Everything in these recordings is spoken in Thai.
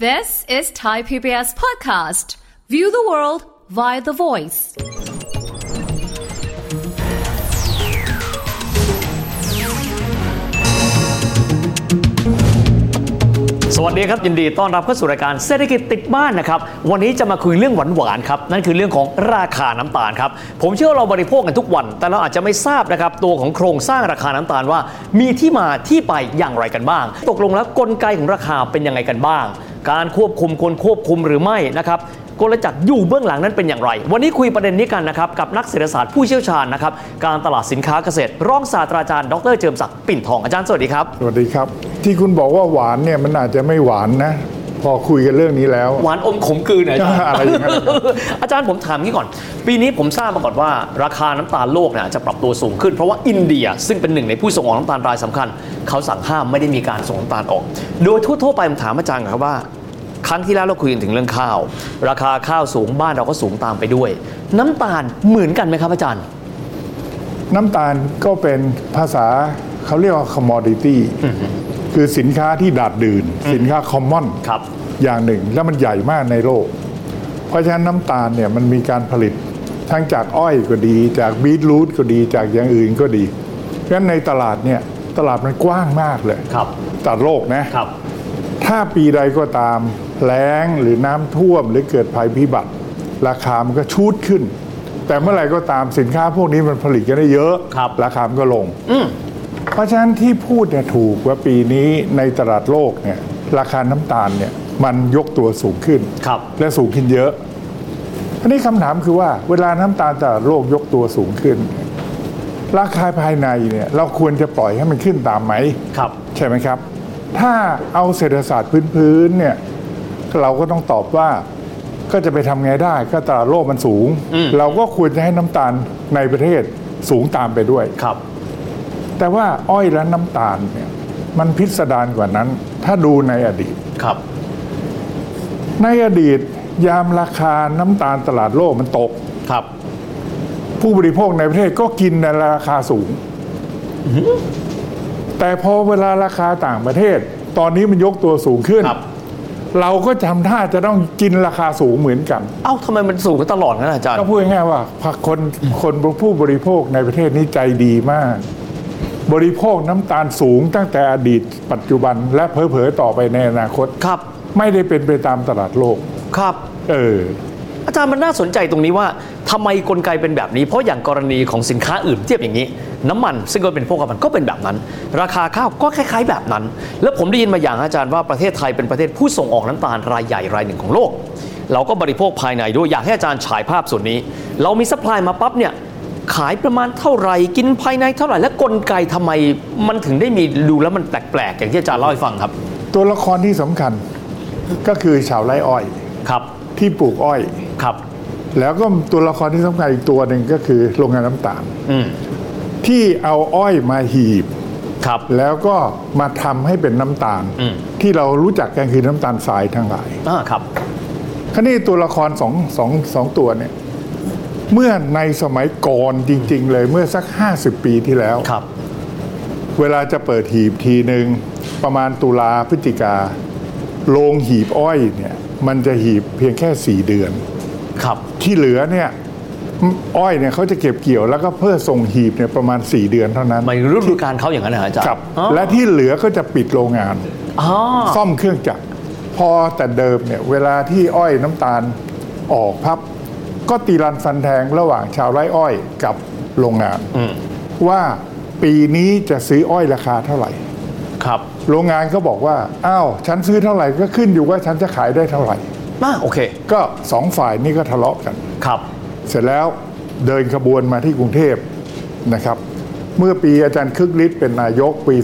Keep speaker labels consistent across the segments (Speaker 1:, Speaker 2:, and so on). Speaker 1: This is Thai PBS Podcast. View the world via the voice.
Speaker 2: สวัสดีครับ ยินดีต้อนรับเข้าสู่รายการเศรษฐกิจติดบ้านนะครับ วันนี้จะมาคุยเรื่องหวานๆครับ นั่นคือเรื่องของราคาน้ำตาลครับ ผมเชื่อว่าเราบริโภคกันทุกวัน แต่เราอาจจะไม่ทราบนะครับ ตัวของโครงสร้างราคาน้ำตาลว่า มีที่มาที่ไปอย่างไรกันบ้าง ตกลงแล้วกลไกของราคาเป็นยังไงกันบ้าง การควบคุมคนควบคุมหรือไม่นะครับ กลจักรอยู่เบื้องหลังนั้นเป็นอย่างไร วันนี้คุยประเด็นนี้กันนะครับกับนักเศรษฐศาสตร์ผู้เชี่ยวชาญนะครับการตลาดสินค้าเกษตรรองศาสตราจารย์ดรเจิมศักดิ์ปิ่นทองอาจารย์สวัสดีครับ
Speaker 3: สวัสดีครับ ที่คุณบอกว่าหวานเนี่ยมันอาจจะไม่หวานนะ พอคุยกันเรื่องนี้แล้ว
Speaker 2: หวานอมขมกลืนหน่อยอาจารย์
Speaker 3: อะไรอย่างนั้น
Speaker 2: อาจารย์ผมถามงี้ก่อน ปีนี้ผมทราบมาก่อนว่า ราคาน้ำตาลโลกเนี่ยจะปรับตัวสูงขึ้น เพราะว่าอินเดียซึ่งเป็นหนึ่งในผู้ส่งออกน้ำตาลรายสำคัญ เขาสั่งห้ามไม่ได้มีการส่งน้ำตาลออก โดยทั่วๆไปผมถามอาจารย์ครับว่า ครั้งที่แล้วเราคุยกันถึงเรื่องข้าว ราคาข้าวสูงบ้านเราก็สูงตามไปด้วย น้ำตาลเหมือนกันไหมครับอาจารย์
Speaker 3: น้ำตาลก็เป็นภาษาเขาเรียกว่า commodity คือสินค้าที่ดาดดื่น สินค้า common
Speaker 2: ครับ
Speaker 3: อย่างหนึ่ง แล้วมันใหญ่มากในโลก เพราะฉะนั้นน้ำตาลเนี่ยมันมีการผลิตทั้งจากอ้อยก็ดี จากบีทรูทก็ดีจากอย่างอื่นก็ดี เพราะฉะนั้นในตลาดเนี่ยตลาดมันกว้างมากเลย
Speaker 2: ครับ
Speaker 3: ตลาดโลกนะ
Speaker 2: ครับ
Speaker 3: ถ้าปีใดก็ตามแล้งหรือน้ำท่วมหรือเกิดภัยพิบัติ ราคามันก็ชูดขึ้น แต่เมื่อไหร่ก็ตามสินค้าพวกนี้มันผลิตกันได้เยอะ
Speaker 2: ครับ
Speaker 3: คามันก็ลง เพราะฉะนั้นที่พูดเนี่ยถูกว่าปีนี้ในตลาดโลกเนี่ยราคาน้ำตาลเนี่ยมันยกตัวสูงขึ้น
Speaker 2: ครับ
Speaker 3: และสูงขึ้นเยอะ อันนี้คำถามคือว่าเวลาน้ำตาลตลาดโลกยกตัวสูงขึ้น ราคาภายในเนี่ยเราควรจะปล่อยให้มันขึ้นตามไหม
Speaker 2: ครับ
Speaker 3: ใช่ไหมครับ ถ้าเอาเศรษฐศาสตร์พื้นๆเนี่ยเราก็ต้องตอบว่าก็จะไปทำไงได้ก็ตลาดโลกมันสูง เราก็ควรจะให้น้ำตาลในประเทศสูงตามไปด้วย
Speaker 2: ครับ
Speaker 3: แต่ว่าอ้อยและน้ำตาลเนี่ยมันพิสดารกว่านั้น ถ้าดูในอดีต
Speaker 2: ครับ
Speaker 3: ในอดีต ยามราคาน้ำตาลตลาดโลกมันตก
Speaker 2: ครับ
Speaker 3: ผู้บริโภคในประเทศก็กินในราคาสูง แต่พอเวลาราคาต่างประเทศ ตอนนี้มันยกตัวสูงขึ้น
Speaker 2: ครับ
Speaker 3: เราก็ทำท่าจะต้องกินราคาสูงเหมือนกัน
Speaker 2: เอ้าทำไมมันสูงกันตลอดงั้นอาจารย์
Speaker 3: ก็พูดง่ายๆว่าคนคนผู้บริโภคในประเทศนี้ใจดีมาก บริโภคน้ำตาลสูงตั้งแต่อดีตปัจจุบันและเผลอๆต่อไปในอนาคต
Speaker 2: ครับ
Speaker 3: ไม่ได้เป็นไปตามตลาดโลก
Speaker 2: ครับ
Speaker 3: เออ
Speaker 2: อาจารย์มันน่าสนใจตรงนี้ว่าทำไมกลไกเป็นแบบนี้ เพราะอย่างกรณีของสินค้าอื่นเทียบอย่างนี้ น้ำมันซึ่งก็เป็นพวกภัณฑ์ก็เป็นแบบนั้น ราคาข้าวก็คล้าย ๆ แบบนั้น แล้วผมได้ยินมาอย่างอาจารย์ว่าประเทศไทยเป็นประเทศผู้ส่งออกน้ำตาลรายใหญ่รายหนึ่งของโลก เราก็บริโภคภายในด้วยอยากให้อาจารย์ฉายภาพส่วนนี้ เรามีซัพพลายมาปั๊บเนี่ยขายประมาณเท่าไหร่กินภายในเท่าไหร่และกลไกทำไมมันถึงได้มีดูแล้วมันแปลกๆอย่างที่อาจารย์เล่าให้ฟังครับ
Speaker 3: ตัวละครที่สำคัญก็คือชาวไร่อ้อย
Speaker 2: ครับ
Speaker 3: ที่ปลูกอ้อย
Speaker 2: ครับ
Speaker 3: แล้วก็ตัวละครที่สำคัญอีกตัวหนึ่งก็คือโรงงานน้ำตาล
Speaker 2: อืม
Speaker 3: ที่เอาอ้อยมาหีบ
Speaker 2: ครับ
Speaker 3: แล้วก็มาทำให้เป็นน้ำตาล
Speaker 2: อืม
Speaker 3: ที่เรารู้จักกันคือน้ำตาลทรายทั้งหลาย
Speaker 2: อ่าครับ
Speaker 3: คันนี้ตัวละครสองสองสองตัวเนี่ย เมื่อในสมัยก่อนจริง ๆ เลยเมื่อสัก 50 ปีที่แล้ว
Speaker 2: ครับ
Speaker 3: เวลาจะเปิดหีบทีหนึ่งประมาณตุลาพฤศจิกาโรงหีบอ้อยเนี่ยมันจะหีบเพียงแค่สี่เดือน
Speaker 2: ครับ
Speaker 3: ที่เหลือเนี่ยอ้อยเนี่ยเขาจะเก็บเกี่ยวแล้วก็เพื่อส่งหีบเนี่ยประมาณ 4 เดือนเท่านั้น
Speaker 2: หมายถึงฤดูกาลเขาอย่างนั้นเหรออาจารย์
Speaker 3: ครับ
Speaker 2: อ๋อ
Speaker 3: และที่เหลือก็จะปิดโรงงาน
Speaker 2: อ๋อ
Speaker 3: ซ่อมเครื่องจักร พอแต่เดิมเนี่ยเวลาที่อ้อยน้ำตาลออกพับ ก็ตีรันฟันแทงระหว่างชาวไร่อ้อยกับโรงงาน ว่าปีนี้จะซื้ออ้อยราคาเท่าไหร่
Speaker 2: ครับ
Speaker 3: โรงงานก็บอกว่าอ้าวฉันซื้อเท่าไหร่ก็ขึ้นอยู่ว่าฉันจะขายได้เท่าไหร่
Speaker 2: มาโอเค
Speaker 3: ก็สองฝ่ายนี้ก็ทะเลาะกัน
Speaker 2: ครับ
Speaker 3: เสร็จแล้วเดินขบวนมาที่กรุงเทพนะครับ เมื่อปีอาจารย์คึกฤทธิ์เป็นนายกปี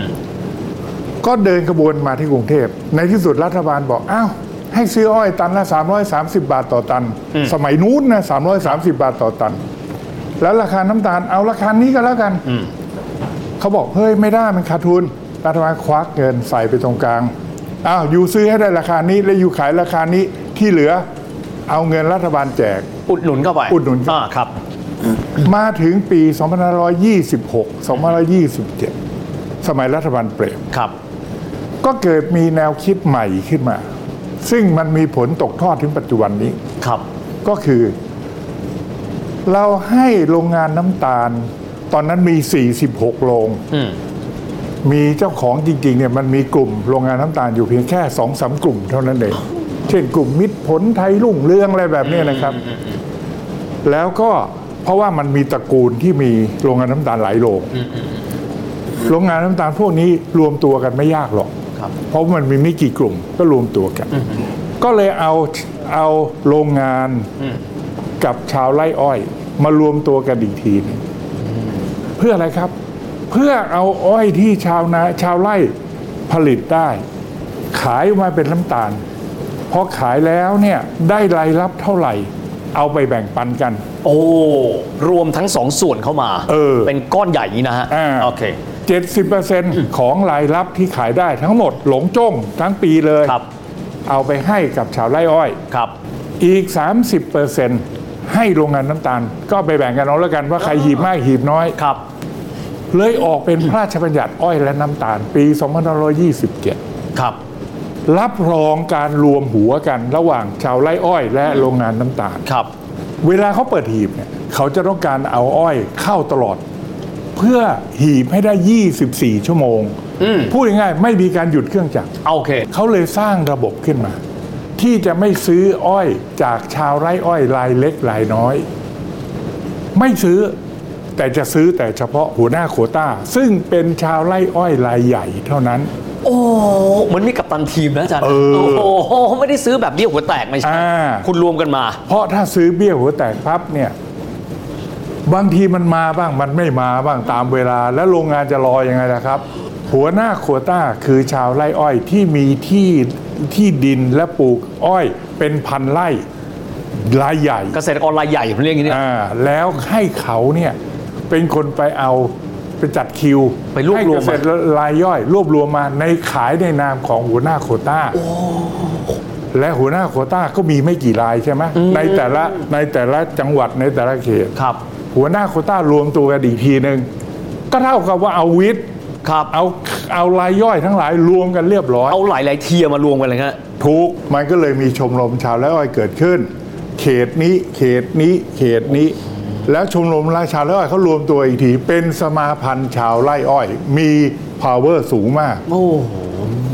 Speaker 3: 2518 ก็เดินขบวนมาที่กรุงเทพ ในที่สุดรัฐบาลบอกอ้าวให้ซื้ออ้อยตันละ 330 บาทต่อตัน สมัยนู้นนะ330 บาทต่อตัน แล้วราคาน้ำตาลเอาราคานี้ก็แล้วกัน เขาบอกเฮ้ยไม่ได้มันขาดทุน รัฐบาลควักเงินใส่ไปตรงกลาง อ้าวอยู่ซื้อให้ได้ราคานี้ แล้วอยู่ขายราคานี้ที่เหลือเอาเงินรัฐบาลแจก
Speaker 2: อุดหนุนเข้าไป
Speaker 3: อุดหนุนครับ
Speaker 2: อ่าครับ
Speaker 3: มาถึงปี 2526 2527 สมัยรัฐบาลเปรม
Speaker 2: ครับ
Speaker 3: ก็เกิดมีแนวคิดใหม่ขึ้นมา ซึ่งมันมีผลตกทอดถึงปัจจุบันนี้
Speaker 2: ครับ
Speaker 3: ก็คือ เราให้โรงงานน้ำตาล ตอนนั้นมี 46 โรง
Speaker 2: อืม
Speaker 3: มีเจ้าของจริงๆเนี่ยมันมีกลุ่มโรงงานน้ำตาลอยู่เพียงแค่สองสามกลุ่มเท่านั้นเอง เช่นกลุ่มมิตรผลไทยรุ่งเรืองอะไรแบบเนี้ยนะครับ แล้วก็เพราะว่ามันมีตระกูลที่มีโรงงานน้ำตาลหลายโรงโรงงานน้ำตาลพวกนี้รวมตัวกันไม่ยากหรอก
Speaker 2: ครับ
Speaker 3: เพราะมันมีไม่กี่กลุ่มก็รวมตัวกัน ก็เลยเอาเอาโรงงานกับชาวไร่อ้อย มารวมตัวกันอีกทีหนึงเพื่ออะไรครับ เพื่อเอาอ้อยที่ชาวนาชาวไร่ผลิตได้ ขายมาเป็นน้ำตาลพอขายแล้วเนี่ยได้รายรับเท่าไหร่ เอาไปแบ่งปันกัน
Speaker 2: โอ้รวมทั้งสองส่วนเข้ามา
Speaker 3: เออ
Speaker 2: เป็นก้อนใหญ่อย่างนี้นะฮะ
Speaker 3: อ่า
Speaker 2: โอเค
Speaker 3: 70%ของรายรับที่ขายได้ทั้งหมดหลงจ้งทั้งปีเลย
Speaker 2: ครับ
Speaker 3: เอาไปให้กับชาวไร่อ้อย
Speaker 2: ครับ
Speaker 3: อีก 30%ให้โรงงานน้ำตาล ก็ไปแบ่งกันเอาแล้วกันว่าใครหีบมากหีบน้อย
Speaker 2: ครับ
Speaker 3: เลยออกเป็นพระราชบัญญัติอ้อยและน้ำตาล ปี2527
Speaker 2: ครับ
Speaker 3: รับรองการรวมหัวกันระหว่างชาวไร่อ้อย และโรงงานน้ำตาล
Speaker 2: ครับ
Speaker 3: เวลาเขาเปิดหีบเนี่ยเขาจะต้องการเอาอ้อยเข้าตลอด เพื่อหีบให้ได้ 24 ชั่วโมง พูดง่ายๆไม่มีการหยุดเครื่องจักร
Speaker 2: โอเค
Speaker 3: เขาเลยสร้างระบบขึ้นมา ที่จะไม่ซื้ออ้อยจากชาวไร่อ้อยรายเล็กรายน้อย ไม่ซื้อแต่จะซื้อแต่เฉพาะหัวหน้าโควต้า ซึ่งเป็นชาวไร่อ้อยรายใหญ่เท่านั้น
Speaker 2: โอ้เหมือนมีกัปตันทีมนะอาจารย์
Speaker 3: เออ
Speaker 2: โอ้โหไม่ได้ซื้อแบบเบี้ยหัวแตกไม่ใช่
Speaker 3: อ่า
Speaker 2: คุณรวมกันมา
Speaker 3: เพราะถ้าซื้อเบี้ยหัวแตกพับเนี่ย บางทีมันมาบ้างมันไม่มาบ้างตามเวลา และโรงงานจะรออยังไงล่ะครับ หัวหน้าโควต้าคือชาวไร่อ้อยที่มีที่ที่ดินและปลูกอ้อยเป็นพันไร่รายใหญ่
Speaker 2: เกษตรกรรายใหญ่ผมเรียกอย่างนี้เนี่ย
Speaker 3: อ่าแล้วให้เขาเนี่ยเป็นคนไปเอาไปจัดคิว
Speaker 2: ไปรวบ
Speaker 3: ให้
Speaker 2: รวมมา
Speaker 3: เกษตรรายย่อย รวบรวมมาในขายในนามของหัวหน้าโควต้าและหัวหน้าโควต้าก็มีไม่กี่รายใช่ไหมในแต่ละในแต่ละจังหวัดในแต่ละเขต
Speaker 2: ครับ
Speaker 3: หัวหน้าโควต้ารวมตัวกันอีกทีหนึ่งก็เท่ากับว่าเอาวิทย์
Speaker 2: ครับ
Speaker 3: เอาเอารายย่อยทั้งหลายรวมกันเรียบร้อย
Speaker 2: เอาหลายหลายๆเทียร์มารวมกันเลยครับ
Speaker 3: ทุกข์มันก็เลยมีชมรมชาวไร่อ้อยเกิดขึ้น เขตนี้เขตนี้เขตนี้ แล้วชมรมราชาวไร่อ้อยเขารวมตัวอีกทีเป็นสมาพันธ์ชาวไร่อ้อย มี power สูงมาก
Speaker 2: โอ้โห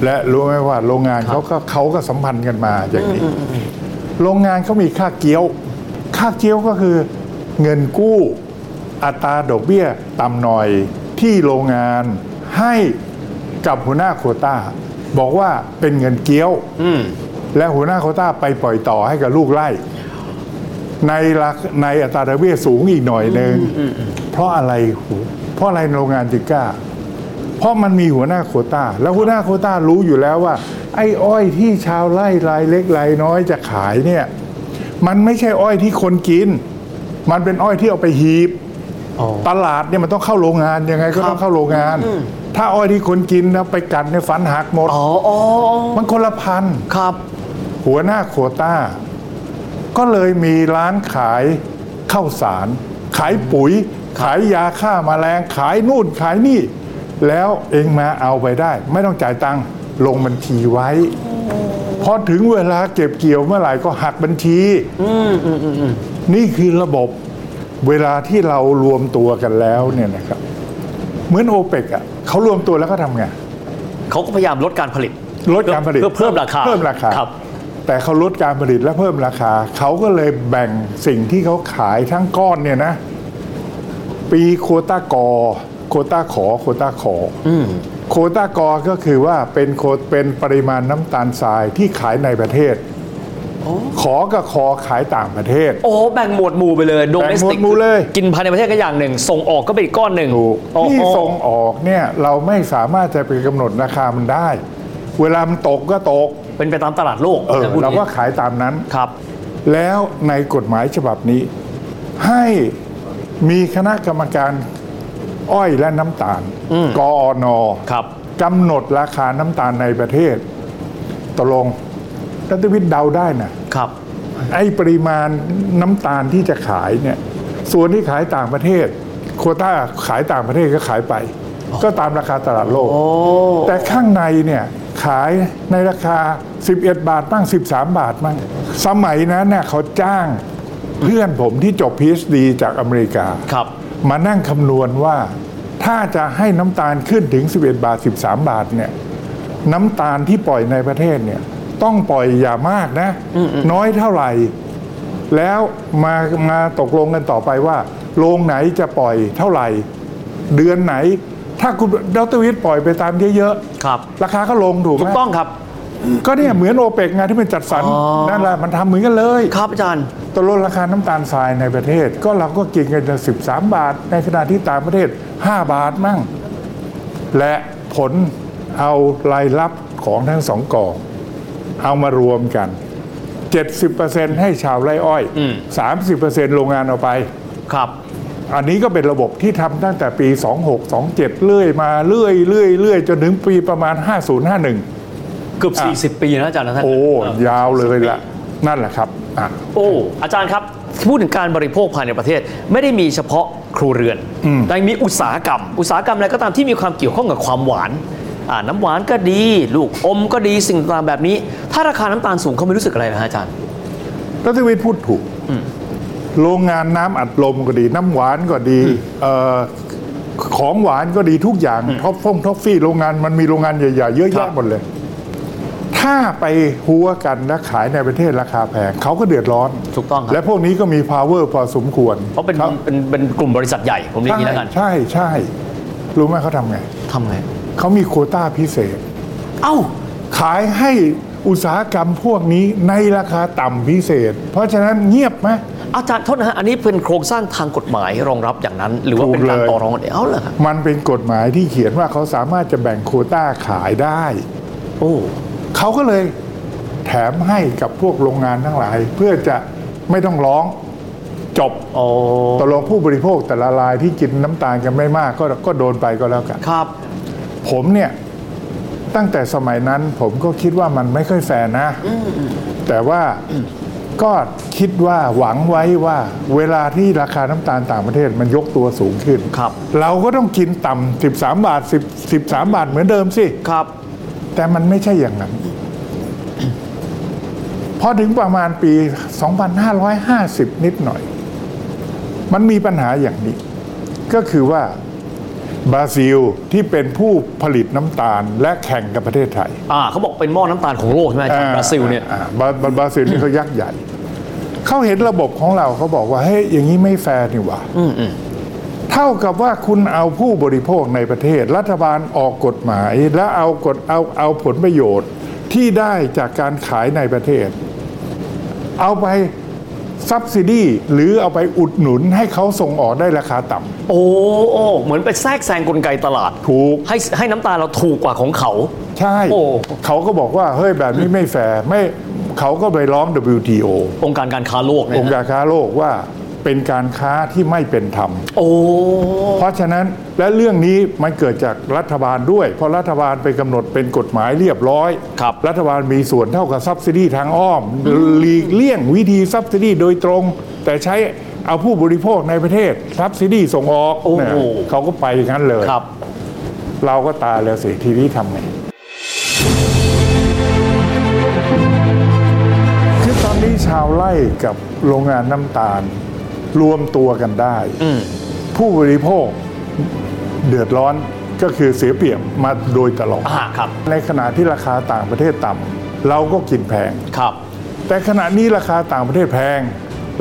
Speaker 3: และรู้ไหมว่าโรงงานเขาก็เขาก็สัมพันธ์กันมาอย่างนี้ โรงงานเขามีค่าเกี้ยว ค่าเกี้ยวก็คือเงินกู้ อัตราดอกเบี้ยต่ำหน่อยที่โรงงานให้กับหัวหน้าโควต้า บอกว่าเป็นเงินเกี้ยว
Speaker 2: อืม
Speaker 3: และหัวหน้าโควต้าไปปล่อยต่อให้กับลูกไล่ในราคในอัตราดอกเบี้ยสูงอีกหน่อยหนึ่งเพราะอะไรหูเพราะอะไรโรงงานจึงกล้า เพราะมันมีหัวหน้าโควต้า แล้วหัวหน้าโควต้ารู้อยู่แล้วว่า ไอ้อ้อยที่ชาวไร่รายเล็กรายน้อยจะขายเนี่ย มันไม่ใช่อ้อยที่คนกิน มันเป็นอ้อยที่เอาไปหีบ
Speaker 2: อ๋อ
Speaker 3: ตลาดเนี่ยมันต้องเข้าโรงงานยังไงก็ต้องเข้าโรงงาน ถ้าอ้อยที่คนกินนะไปกัดเนี่ยฟันหักหมด
Speaker 2: อ๋ออ๋อ
Speaker 3: มันคนละพัน
Speaker 2: ครับ
Speaker 3: หัวหน้าโควต้า ก็เลยมีร้านขายข้าวสาร ขายปุ๋ย ขายยาฆ่ามาแมลง ขายนู่นขายนี่ แล้วเองมาเอาไปได้ ไม่ต้องจ่ายตังค์ลงบัญชีไว้ พอถึงเวลาเก็บเกี่ยวเมื่อไหร่ก็หักบัญชีนี่คือระบบเวลาที่เรารวมตัวกันแล้วเนี่ยนะครับ เหมือนโอเปกอ่ะเขารวมตัวแล้วก็ทำไง
Speaker 2: เขาก็พยายามลดการผลิต
Speaker 3: ลดการผลิต
Speaker 2: เพื่อเพิ่มราคา
Speaker 3: เพิ่มราคา
Speaker 2: ครับ
Speaker 3: แต่เขาลดการผลิตและเพิ่มราคา เขาก็เลยแบ่งสิ่งที่เขาขายทั้งก้อนเนี่ยนะ ปีโควต้ากอโควต้าขอโควต้าขออโควต้ากอก็คือว่าเป็นโควเป็นปริมาณน้ำตาลทรายที่ขายในประเทศ ขอกับคอขายต่างประเทศ
Speaker 2: โอ้แบ่งหมวดหมู่ไปเลยโด
Speaker 3: แบ่
Speaker 2: เม
Speaker 3: ง
Speaker 2: ส
Speaker 3: หมว
Speaker 2: ติ
Speaker 3: ด
Speaker 2: ก
Speaker 3: หมู่เลย
Speaker 2: กินภายในประเทศก็อย่างหนึ่ง ส่งออกก็เป็นอีกก้อนหนึ่ง
Speaker 3: ถูก
Speaker 2: โอ้โห
Speaker 3: ที่ส่งออกเนี่ยเราไม่สามารถจะไปกำหนดราคามันได้ เวลามันตกก็ตก
Speaker 2: เป็นไปตามตลาดโลก
Speaker 3: เออ
Speaker 2: จะพูด
Speaker 3: เราก็ขายตามนั้น
Speaker 2: ครับ
Speaker 3: แล้วในกฎหมายฉบับนี้ ให้มีคณะกรรมการอ้อยและน้ำตาล กออน
Speaker 2: ครับ
Speaker 3: กำหนดราคาน้ำตาลในประเทศตกลงรัฐวิทย์เดาได้นะครับ ไอ้ปริมาณน้ำตาลที่จะขายเนี่ย ส่วนที่ขายต่างประเทศ โควต้าขายต่างประเทศก็ขายไป ก็ตามราคาตลาดโลก แต่ข้างในเนี่ย ขายในราคา 11 บาทบ้าง 13 บาทบ้างสมัยนั้นน่ะเขาจ้างเพื่อนผมที่จบ PhD จากอเมริกา
Speaker 2: ครับ
Speaker 3: มานั่งคำนวณว่าถ้าจะให้น้ำตาลขึ้นถึง 11 บาท 13 บาทเนี่ยน้ำตาลที่ปล่อยในประเทศเนี่ยต้องปล่อยอย่ามากนะ น้อยเท่าไหร่ แล้วมามาตกลงกันต่อไปว่าโรงไหนจะปล่อยเท่าไหร่ เดือนไหน ถ้าคุณดรวิทย์ปล่อยไปตามเยอะๆ
Speaker 2: ครับ
Speaker 3: ราคาก็ลงถูกไห
Speaker 2: ถู
Speaker 3: ม
Speaker 2: กต้องครับ
Speaker 3: ก็เนี่ยเหมือนโอเปกงานที่มันจัดสรร
Speaker 2: อ๋อ
Speaker 3: นั่นแหละมันทำเหมือนกันเลย
Speaker 2: ครับอาจารย์
Speaker 3: ตกลดราคาน้ำตาลทรายในประเทศ ก็เราก็กินกันจะ13 บาท ในขณะที่ต่างประเทศ 5 บาทมั่ง และผลเอารายรับของทั้งสองกองเอามารวมกัน 70%ให้ชาวไร่อ้อย
Speaker 2: อืม
Speaker 3: 30%โรงงานเอาไป
Speaker 2: ครับ
Speaker 3: อันนี้ก็เป็นระบบที่ทำตั้งแต่ปี 26 27 เรื่อยมาเรื่อยเรื่อยเรื่อยจนถึงปีประมาณ 5051
Speaker 2: เกือบ
Speaker 3: อ่ะ
Speaker 2: สี่สิบปีนะอาจารย์นะท่าน
Speaker 3: โอ้
Speaker 2: เออย
Speaker 3: าวเลยละนั่นแหละครับอ่ะ
Speaker 2: โอ้อาจารย์ครับพูดถึงการบริโภคภายในประเทศ ไม่ได้มีเฉพาะครัวเรือน
Speaker 3: อืม
Speaker 2: แต่มีอุตสาหกรรม อุตสาหกรรมอะไรก็ตามที่มีความเกี่ยวข้องกับความหวานอ่าน้ำหวานก็ดี ลูกอมก็ดีสิ่งต่างๆแบบนี้ ถ้าราคาน้ำตาลสูงเขาไม่รู้สึกอะไรนะอาจารย์
Speaker 3: รัฐวิทย์พูดถูก โรงงานน้ำอัดลมก็ดี น้ำหวานก็ดีเอ่อของหวานก็ดีทุกอย่างท็อปฟงท็อฟฟี่โรงงานมันมีโรงงานใหญ่ๆเยอะ
Speaker 2: ครั
Speaker 3: แยะ
Speaker 2: บ
Speaker 3: หมดเลย ถ้าไปหัวกันและขายในประเทศราคาแพงเขาก็เดือดร้อน
Speaker 2: ถูกต้องค
Speaker 3: และ
Speaker 2: รับ
Speaker 3: พวกนี้ก็มี power พอสมควร
Speaker 2: เพราะเป็น
Speaker 3: คบ
Speaker 2: เป็นเป็นกลุ่มบริษัทใหญ่ผมเรียกอย่างนี้แล้วกัน
Speaker 3: ใช่ใช่รู้ไหมเขาทำไง
Speaker 2: ทำไง
Speaker 3: เขามีโควต้าพิเศษ
Speaker 2: เอ้า
Speaker 3: ขายให้อุตสาหกรรมพวกนี้ในราคาต่ำพิเศษ เพราะฉะนั้นเงียบไหม
Speaker 2: อาจารย์โทษนะฮะอันนี้เป็นโครงสร้างทางกฎหมายรองรับอย่างนั้น หรือว่าเป็นการ
Speaker 3: ถูกเลย
Speaker 2: ต่อรองกันเองเอาเหรอฮะ
Speaker 3: มันเป็นกฎหมายที่เขียนว่าเขาสามารถจะแบ่งโควต้าขายได้
Speaker 2: โอ้
Speaker 3: เขาก็เลยแถมให้กับพวกโรงงานทั้งหลาย เพื่อจะไม่ต้องร้องจบ
Speaker 2: โอ้
Speaker 3: ตกลงผู้บริโภคแต่ละรายที่กินน้ำตาลกันไม่มากก็ก็โดนไปก็แล้วกัน
Speaker 2: ครับ
Speaker 3: ผมเนี่ยตั้งแต่สมัยนั้นผมก็คิดว่ามันไม่ค่อยแฟร์นะ แต่ว่าก็คิดว่าหวังไว้ว่า เวลาที่ราคาน้ำตาลต่างประเทศมันยกตัวสูงขึ้น
Speaker 2: ครับ
Speaker 3: เราก็ต้องกินต่ำ13 บาท10 13 บาทเหมือนเดิมสิ
Speaker 2: ครับ
Speaker 3: แต่มันไม่ใช่อย่างนั้น พอถึงประมาณปี 2550 นิดหน่อย มันมีปัญหาอย่างนี้ ก็คือว่าบราซิลที่เป็นผู้ผลิตน้ำตาลและแข่งกับประเทศไทย
Speaker 2: อ่าเขาบอกเป็นหม้อน้ำตาลของโลกใช่ไหมอาจารย์บราซิลเนี่ย
Speaker 3: อ่าบราบราบราซิลนี่เขายักษ์ใหญ่ เขาเห็นระบบของเราเขาบอกว่าเฮ้ยอย่างนี้ไม่แฟร์นี่หว่าเท่ากับว่าคุณเอาผู้บริโภคในประเทศ รัฐบาลออกกฎหมาย และเอากฎเอาเอาผลประโยชน์ที่ได้จากการขายในประเทศ เอาไปซับซิดีหรือเอาไปอุดหนุนให้เขาส่งออกได้ราคาต่ำ
Speaker 2: โอ้โอ้เหมือนไปแทรกแซงกลไกตลาด
Speaker 3: ถูก
Speaker 2: ให้ให้น้ำตาลเราถูกกว่าของเขา
Speaker 3: ใช่
Speaker 2: โอ้
Speaker 3: เขาก็บอกว่าเฮ้ยแบบนี้ไม่แฟร์ไม่เขาก็ไปร้อง WTO
Speaker 2: องค์การการค้าโลกเนี่ย
Speaker 3: องค์
Speaker 2: นะ
Speaker 3: การค้าโลกว่าเป็นการค้าที่ไม่เป็นธรรม
Speaker 2: โอ้
Speaker 3: เพราะฉะนั้นและเรื่องนี้มันเกิดจากรัฐบาลด้วย เพราะรัฐบาลไปกำหนดเป็นกฎหมายเรียบร้อย
Speaker 2: ครับ
Speaker 3: รัฐบาลมีส่วนเท่ากับซับซิดีทางอ้อมหลีกเลี่ยงวิธีซับซิดีโดยตรง แต่ใช้เอาผู้บริโภคในประเทศซับซิดีส่งออก
Speaker 2: โอ้โห
Speaker 3: เนี่ยเขาก็ไปอย่างนั้นเลย
Speaker 2: ครับ
Speaker 3: เราก็ตายแล้วสิทีนี้ทำไง คือตอนนี้ชาวไร่กับโรงงานน้ำตาล รวมตัวกันได้
Speaker 2: อืม
Speaker 3: ผู้บริโภคเดือดร้อนก็คือเสียเปรียบมาโดยตลอด
Speaker 2: อ่าครับ
Speaker 3: ในขณะที่ราคาต่างประเทศต่ำเราก็กินแพง
Speaker 2: ครับ
Speaker 3: แต่ขณะนี้ราคาต่างประเทศแพง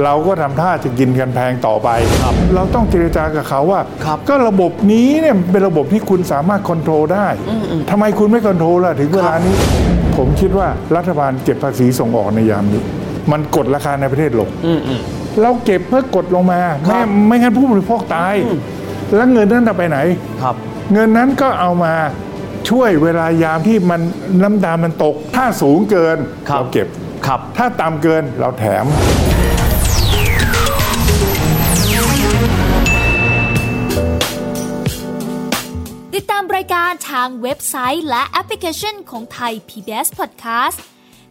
Speaker 3: เราก็ทำท่าจะกินกันแพงต่อไป
Speaker 2: ครับ
Speaker 3: เราต้องเจรจากับเขาว่า
Speaker 2: ครับ
Speaker 3: ก็ระบบนี้เนี่ยเป็นระบบที่คุณสามารถคอนโทรลได้ทำไมคุณไม่คอนโทรลล่ะถึงเวลานี้ ผมคิดว่ารัฐบาลเก็บภาษีส่งออกในยามนี้ มันกดราคาในประเทศลงเราเก็บเพื่อกดลงมาไม่ไม่งั้นผู้บริโภคตาย แล้วเงินนั้นจะไปไหน
Speaker 2: ครับ
Speaker 3: เงินนั้นก็เอามาช่วยเวลายามที่มันน้ำตาลมันตก ถ้าสูงเกิน
Speaker 2: ครับ
Speaker 3: เราเก็บ
Speaker 2: ครับ
Speaker 3: ถ้าต่ำเกินเราแถม
Speaker 4: ติดตามรายการทางเว็บไซต์และแอปพลิเคชันของไทย PBS Podcast